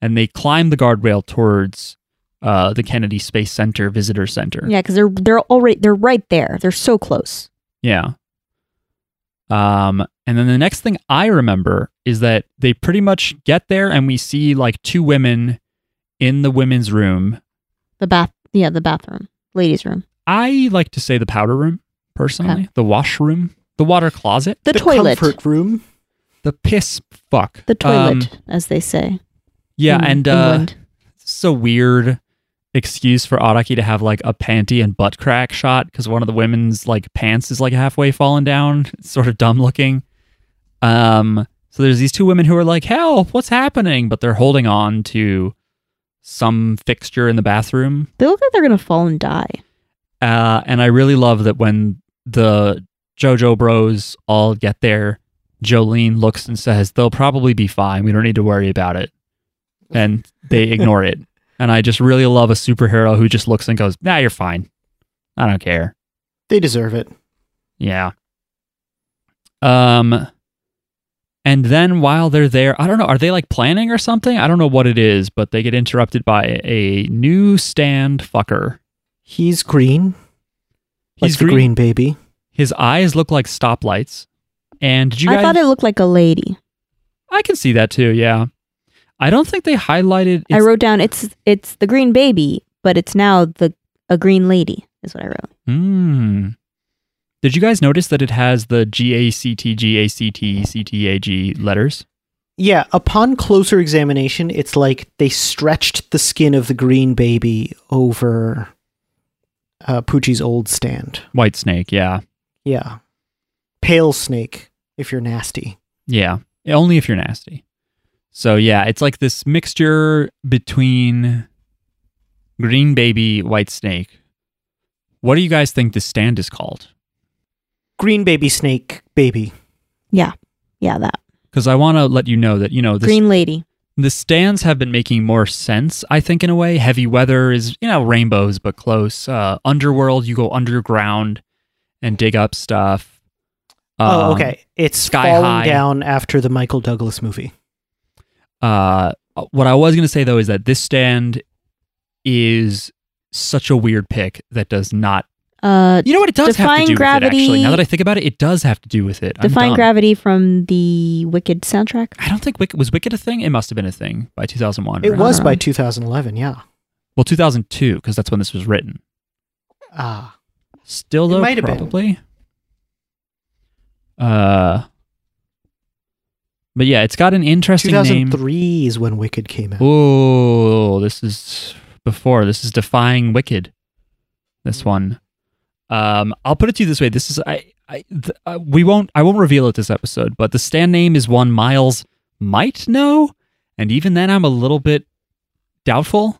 [SPEAKER 1] And they climb the guardrail towards uh, the Kennedy Space Center Visitor Center.
[SPEAKER 3] Yeah, because they're they're already they're right there. They're so close.
[SPEAKER 1] Yeah. Um, and then the next thing I remember is that they pretty much get there and we see like two women in the women's room.
[SPEAKER 3] The bath, yeah, the bathroom, ladies' room,
[SPEAKER 1] I like to say the powder room, personally, the washroom, the water closet.
[SPEAKER 3] the, toilet,
[SPEAKER 2] comfort room.
[SPEAKER 1] The piss fuck.
[SPEAKER 3] the
[SPEAKER 1] Um,
[SPEAKER 3] toilet, as they say.
[SPEAKER 1] yeah,
[SPEAKER 3] in
[SPEAKER 1] and uh,
[SPEAKER 3] England.
[SPEAKER 1] it's a weird excuse for Araki to have like a panty and butt crack shot because one of the women's like pants is like halfway fallen down. It's sort of dumb looking. Um, so there's these two women who are like, "Help! What's happening?" But they're holding on to some fixture in the bathroom
[SPEAKER 3] they look like they're gonna fall and die.
[SPEAKER 1] uh, and I really love that when the JoJo Bros all get there, Jolene looks and says, "They'll probably be fine. We don't need to worry about it," and they ignore it. And I just really love a superhero who just looks and goes, "Nah, you're fine. I don't care."
[SPEAKER 2] They deserve it.
[SPEAKER 1] Yeah. Um and then while they're there, I don't know, are they like planning or something? I don't know what it is, but they get interrupted by a new stand fucker.
[SPEAKER 2] He's green. He's the green baby.
[SPEAKER 1] His eyes look like stoplights. And did you
[SPEAKER 3] I
[SPEAKER 1] guys
[SPEAKER 3] thought it looked like a lady.
[SPEAKER 1] I can see that too, yeah. I don't think they highlighted
[SPEAKER 3] I
[SPEAKER 1] it's-
[SPEAKER 3] wrote down it's it's the green baby, but it's now the a green lady is what I wrote.
[SPEAKER 1] Mm. Did you guys notice that it has the G A C T G A C T E C T A G letters?
[SPEAKER 2] Yeah, upon closer examination, it's like they stretched the skin of the green baby over uh, Poochie's old stand.
[SPEAKER 1] White snake, yeah.
[SPEAKER 2] Yeah. Pale snake, if you're nasty.
[SPEAKER 1] Yeah. Only if you're nasty. So yeah, it's like this mixture between green baby, white snake. What do you guys think this stand is called?
[SPEAKER 2] Green baby snake baby.
[SPEAKER 3] Yeah, that
[SPEAKER 1] Because I want to let you know that you know Oh, this,
[SPEAKER 3] green lady.
[SPEAKER 1] the stands have been making more sense. I think in a way, heavy weather is you know rainbows but close. Uh, underworld, you go underground and dig up stuff. Um,
[SPEAKER 2] oh, okay. It's
[SPEAKER 1] Sky
[SPEAKER 2] falling
[SPEAKER 1] High.
[SPEAKER 2] down after the Michael Douglas movie.
[SPEAKER 1] Uh, what I was going to say though is that this stand is such a weird pick that does not.
[SPEAKER 3] Uh,
[SPEAKER 1] You know what? It does have to
[SPEAKER 3] Defying
[SPEAKER 1] do with it. Actually,
[SPEAKER 3] gravity-
[SPEAKER 1] now that I think about it, it does have to do with it. I'm
[SPEAKER 3] define
[SPEAKER 1] dumb.
[SPEAKER 3] gravity from the Wicked soundtrack.
[SPEAKER 1] I don't think Wicked was Wicked a thing. It must have been a thing by 2001.
[SPEAKER 2] It
[SPEAKER 1] right?
[SPEAKER 2] was by
[SPEAKER 3] Um,
[SPEAKER 2] 2011, yeah.
[SPEAKER 1] well 2002 because that's when this was written.
[SPEAKER 2] Ah.
[SPEAKER 1] Still
[SPEAKER 2] It
[SPEAKER 1] though,
[SPEAKER 2] might have been.
[SPEAKER 1] probably. Uh, but yeah, it's got an interesting name.
[SPEAKER 2] 2003 is when Wicked came out.
[SPEAKER 1] Oh, this is before. This is defying Wicked.
[SPEAKER 2] Hmm.
[SPEAKER 1] This one. Um, I'll put it to you this way. This is I. I th- uh, we won't. I won't reveal it this episode. But the stand name is one Miles might know, And even then, I'm a little bit doubtful.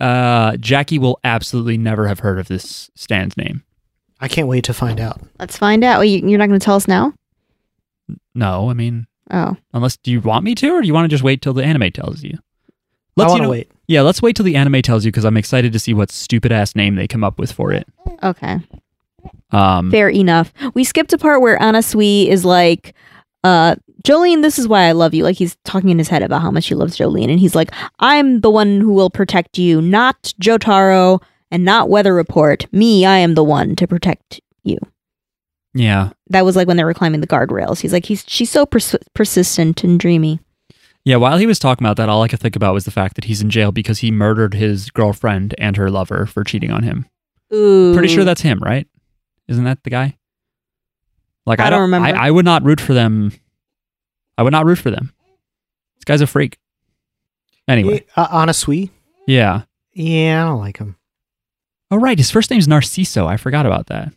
[SPEAKER 1] Uh, Jackie will absolutely never have heard of this Stan's name.
[SPEAKER 2] I can't wait to find out.
[SPEAKER 3] Let's find out. Well, you, you're not going to tell us now?
[SPEAKER 1] No, I mean,
[SPEAKER 3] Oh.
[SPEAKER 1] unless do you want me to, or do you want to just wait till the anime tells you?
[SPEAKER 2] I
[SPEAKER 1] Let's
[SPEAKER 2] want
[SPEAKER 1] you
[SPEAKER 2] to
[SPEAKER 1] know-
[SPEAKER 2] wait.
[SPEAKER 1] Yeah, let's wait till the anime tells you because I'm excited to see what stupid ass name they come up with for it.
[SPEAKER 3] Okay.
[SPEAKER 1] Um,
[SPEAKER 3] Fair enough. We skipped a part where Anna Sui is like, uh, Jolene, this is why I love you. Like he's talking in his head about how much he loves Jolene, and he's like, I'm the one who will protect you, not Jotaro and not Weather Report. Me, I am the one to protect.
[SPEAKER 1] yeah,
[SPEAKER 3] That was like when they were climbing the guardrails. He's like, he's she's so pers- persistent and dreamy.
[SPEAKER 1] yeah. While he was talking about that, all I could think about was the fact that he's in jail because he murdered his girlfriend and her lover for cheating on him.
[SPEAKER 3] Ooh,
[SPEAKER 1] Pretty sure that's him, right? Isn't that the guy? Like
[SPEAKER 3] I
[SPEAKER 1] I,
[SPEAKER 3] don't remember.
[SPEAKER 1] I, I would not root for them. I would not root for them. This guy's a freak. Anyway,
[SPEAKER 2] Uh, Anasui?
[SPEAKER 1] yeah.
[SPEAKER 2] Yeah, I don't like him.
[SPEAKER 1] Oh right, his first name's Narciso. I forgot about that.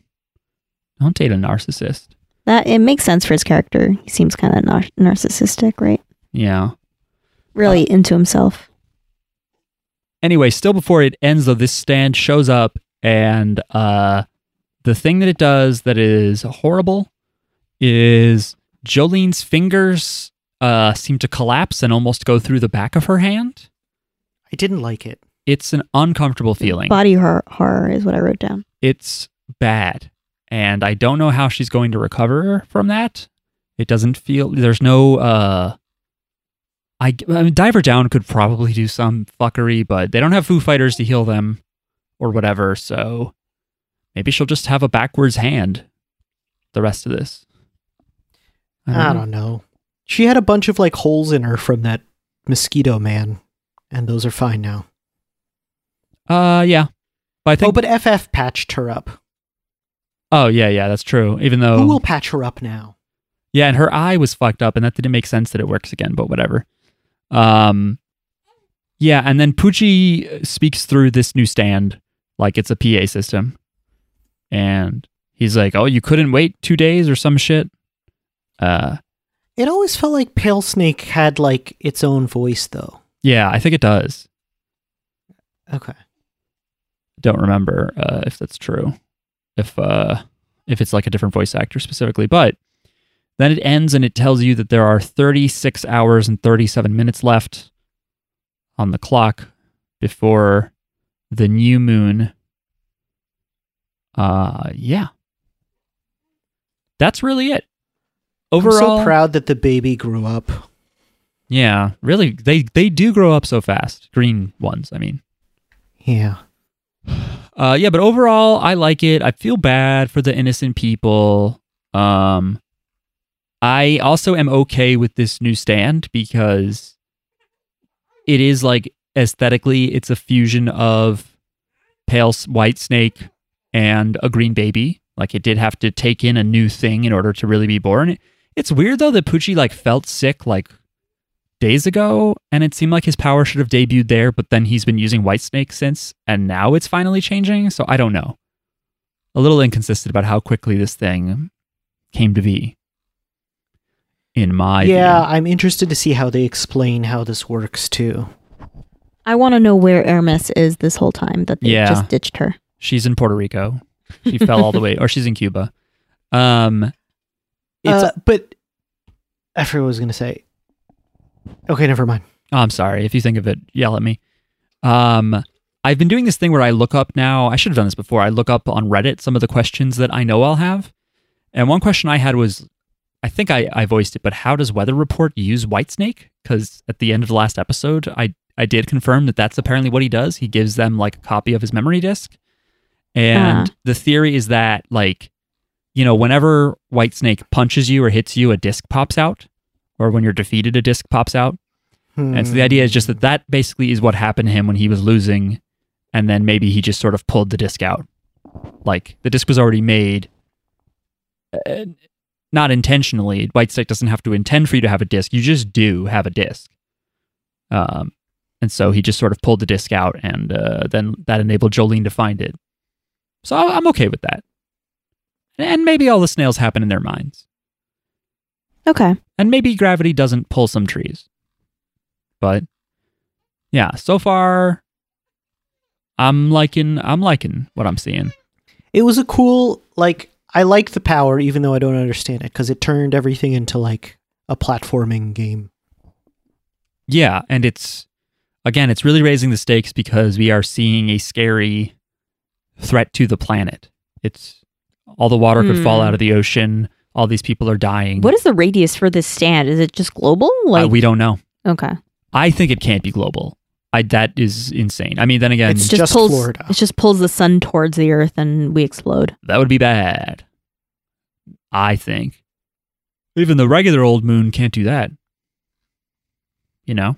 [SPEAKER 1] Don't date a narcissist.
[SPEAKER 3] that it makes sense for his character. He seems kind of nar- narcissistic, right?
[SPEAKER 1] Yeah.
[SPEAKER 3] Really into himself.
[SPEAKER 1] Anyway, still before it ends though, this stand shows up and uh the thing that it does that is horrible is Jolene's fingers uh seem to collapse and almost go through the back of her hand.
[SPEAKER 2] I didn't like it.
[SPEAKER 1] It's an uncomfortable feeling.
[SPEAKER 3] Body horror, horror is what I wrote down.
[SPEAKER 1] it's bad. And I don't know how she's going to recover from that. It doesn't feel there's no uh I, I mean, Diver Down could probably do some fuckery, but they don't have Foo Fighters to heal them or whatever, so maybe she'll just have a backwards hand the rest of this.
[SPEAKER 2] I don't know. She had a bunch of like holes in her from that mosquito man, and those are fine now.
[SPEAKER 1] know. Uh yeah. But I
[SPEAKER 2] Oh,
[SPEAKER 1] think
[SPEAKER 2] but FF patched her up.
[SPEAKER 1] Oh yeah, yeah, that's true. Even though
[SPEAKER 2] Who will patch her up now?
[SPEAKER 1] Yeah, and her eye was fucked up, and that didn't make sense that it works again, but whatever. Um, yeah, and then Poochie uh, speaks through this new stand like it's a PA system, and he's like, "Oh, you couldn't wait two days or some shit." Uh,
[SPEAKER 2] It always felt like Pale Snake had like its own voice, though.
[SPEAKER 1] yeah, I think it does.
[SPEAKER 2] Okay.
[SPEAKER 1] Don't remember uh, if that's true, if uh, if it's like a different voice actor specifically, but then it ends and it tells you that there are 36 hours and 37 minutes left on the clock before the new moon. Uh yeah. That's really it. Overall,
[SPEAKER 2] I'm so proud that the baby grew up.
[SPEAKER 1] yeah, really they they do grow up so fast. Green ones, I mean.
[SPEAKER 2] Yeah.
[SPEAKER 1] Uh, yeah, but overall, I like it. I feel bad for the innocent people. Um, I also am okay with this new stand because it is like aesthetically, it's a fusion of pale s- white snake and a green baby. Like it did have to take in a new thing in order to really be born. It's weird though that Poochie like felt sick like days ago and it seemed like his power should have debuted there but then he's been using white snake since and now it's finally changing so i don't know a little inconsistent about how quickly this thing came to be in my
[SPEAKER 2] yeah,
[SPEAKER 1] view.
[SPEAKER 2] I'm interested to see how they explain how this works too.
[SPEAKER 3] I want to know where Aramis is this whole time that they
[SPEAKER 1] Yeah.
[SPEAKER 3] just ditched her.
[SPEAKER 1] she's in puerto rico she fell all the way or she's in cuba um it's
[SPEAKER 2] Uh, but I forget what I was gonna say. Okay, never mind.
[SPEAKER 1] Oh, I'm sorry. If you think of it, yell at me. Um, I've been doing this thing where I look up now. I should have done this before. I look up on Reddit some of the questions that I know I'll have. And one question I had was I think I, I voiced it, but how does Weather Report use Whitesnake? Because at the end of the last episode, I, I did confirm that that's apparently what he does. He gives them like a copy of his memory disk. And the theory is that, like, you know, whenever Whitesnake punches you or hits you, a disk pops out. Or when you're defeated, a disk pops out.
[SPEAKER 2] Hmm.
[SPEAKER 1] And so the idea is just that that basically is what happened to him when he was losing, and then maybe he just sort of pulled the disc out. Like the disc was already made, uh, not intentionally. White Snake doesn't have to intend for you to have a disc; you just do have a disc. Um, and so he just sort of pulled the disc out, and uh, then that enabled Jolene to find it. So I- I'm okay with that. And maybe all the snails happen in their minds,
[SPEAKER 3] Okay.
[SPEAKER 1] and maybe gravity doesn't pull some trees. But yeah, so far I'm liking I'm liking what I'm seeing.
[SPEAKER 2] It was a cool like I like the power even though I don't understand it cuz it turned everything into like a platforming game.
[SPEAKER 1] Yeah, and it's again, it's really raising the stakes because we are seeing a scary threat to the planet. It's all the water could
[SPEAKER 3] Hmm.
[SPEAKER 1] fall out of the ocean. All these people are dying.
[SPEAKER 3] What is the radius for this stand? Is it just global? Like
[SPEAKER 1] Uh, we don't know.
[SPEAKER 3] okay,
[SPEAKER 1] I think it can't be global. I that is insane. I mean, then again,
[SPEAKER 2] It's
[SPEAKER 3] just,
[SPEAKER 2] just
[SPEAKER 3] pulls
[SPEAKER 2] Florida.
[SPEAKER 3] it just pulls the sun towards the earth and we explode.
[SPEAKER 1] that would be bad. I think. Even the regular old moon can't do that. You know?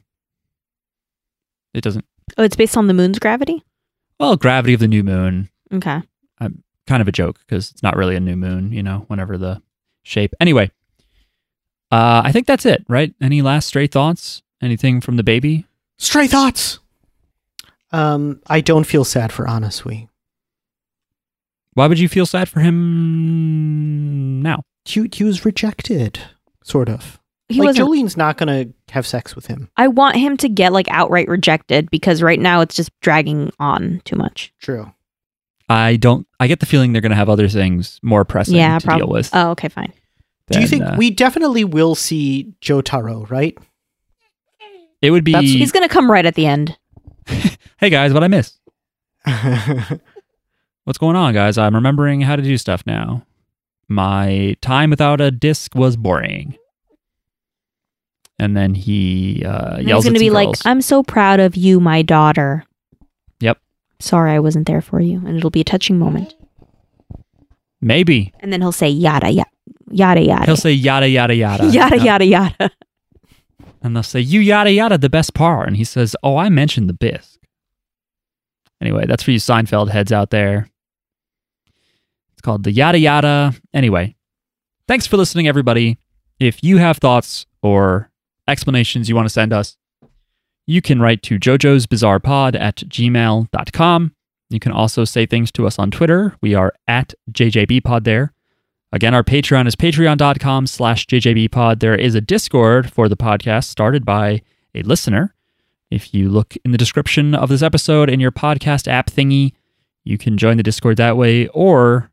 [SPEAKER 1] It doesn't.
[SPEAKER 3] Oh, it's based on the moon's gravity.
[SPEAKER 1] Well, gravity of the new moon,
[SPEAKER 3] Okay,
[SPEAKER 1] kind of a joke because it's not really a new moon, you know, whenever the shape. Anyway, uh, I think that's it, right? Any last stray thoughts? Anything from the baby?
[SPEAKER 2] Stray thoughts. Um I don't feel sad for Anasui.
[SPEAKER 1] Why would you feel sad for him now?
[SPEAKER 2] He, he was rejected sort of.
[SPEAKER 3] he
[SPEAKER 2] like
[SPEAKER 3] wasn't.
[SPEAKER 2] Jolene's not going to have sex with him.
[SPEAKER 3] I want him to get like outright rejected because right now it's just dragging on too much.
[SPEAKER 2] True.
[SPEAKER 1] I don't. I get the feeling they're going to have other things more pressing
[SPEAKER 3] yeah,
[SPEAKER 1] to
[SPEAKER 3] probably.
[SPEAKER 1] deal with.
[SPEAKER 3] Oh, okay, fine.
[SPEAKER 2] uh, Do you
[SPEAKER 1] than,
[SPEAKER 2] think
[SPEAKER 1] uh,
[SPEAKER 2] we definitely will see Jotaro, right?
[SPEAKER 1] it would be?
[SPEAKER 2] That's-
[SPEAKER 3] He's gonna come right at the end.
[SPEAKER 1] hey guys, what I miss?
[SPEAKER 2] I
[SPEAKER 1] What's going on, guys? I'm remembering how to do stuff now. My time without a disc was boring. And then he uh,
[SPEAKER 3] And
[SPEAKER 1] yells
[SPEAKER 3] he's gonna
[SPEAKER 1] at
[SPEAKER 3] be
[SPEAKER 1] some
[SPEAKER 3] like,
[SPEAKER 1] girls.
[SPEAKER 3] "I'm so proud of you, my daughter."
[SPEAKER 1] Yep.
[SPEAKER 3] Sorry, I wasn't there for you, and it'll be a touching moment.
[SPEAKER 1] Maybe
[SPEAKER 3] And then he'll say yada yada yada yada.
[SPEAKER 1] he'll say yada yada yada
[SPEAKER 3] yada
[SPEAKER 1] And-
[SPEAKER 3] yada yada.
[SPEAKER 1] and they'll say you yada yada the best part, and he says, "Oh, I mentioned the bisque." Anyway, that's for you Seinfeld heads out there. It's called the yada yada. Anyway, thanks for listening, everybody. If you have thoughts or explanations you want to send us, you can write to jojo's bizarre pod at gmail.com. You can also say things to us on Twitter. We are at jjbpod there. Again, our Patreon is patreon.com slash jjbpod. There is a Discord for the podcast started by a listener. If you look in the description of this episode in your podcast app thingy, you can join the Discord that way. Or,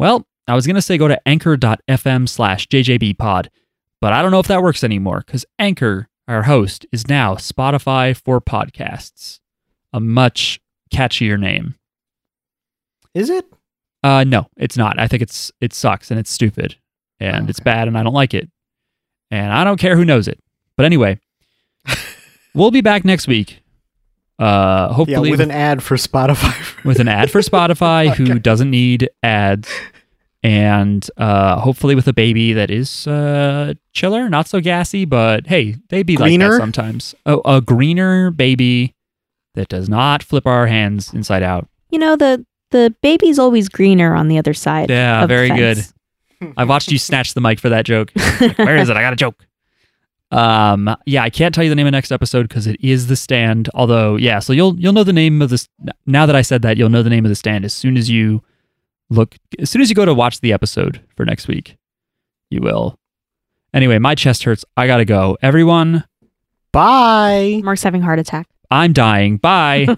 [SPEAKER 1] well, I was going to say go to anchor.fm slash jjbpod, but I don't know if that works anymore because Anchor, our host, is now Spotify for podcasts, a much catchier name.
[SPEAKER 2] Is it?
[SPEAKER 1] Uh, no, it's not. I think it's it sucks and it's stupid and it's bad and I don't like it and I don't care who knows it. But anyway, we'll be back next week. Uh,
[SPEAKER 2] Yeah,
[SPEAKER 1] hopefully
[SPEAKER 2] with an ad for Spotify.
[SPEAKER 1] with an ad for Spotify who doesn't need ads, and uh, hopefully with a baby that is uh, chiller, not so gassy, but hey, they be like
[SPEAKER 2] Greener?
[SPEAKER 1] that sometimes. Oh, a greener baby that does not flip our hands inside out.
[SPEAKER 3] You know the the baby's always greener on the other side.
[SPEAKER 1] Yeah,
[SPEAKER 3] of the
[SPEAKER 1] very good.
[SPEAKER 3] fence.
[SPEAKER 1] I watched you snatch the mic for that joke. Where is it? I got a joke. Um, yeah, I can't tell you the name of next episode because it is the stand. Although, yeah, so you'll you'll know the name of this now that I said that. You'll know the name of the stand as soon as you look, as soon as you go to watch the episode for next week. You will. Anyway, my chest hurts. I gotta go. Everyone,
[SPEAKER 2] Bye.
[SPEAKER 3] Mark's having a heart attack.
[SPEAKER 1] I'm dying. Bye.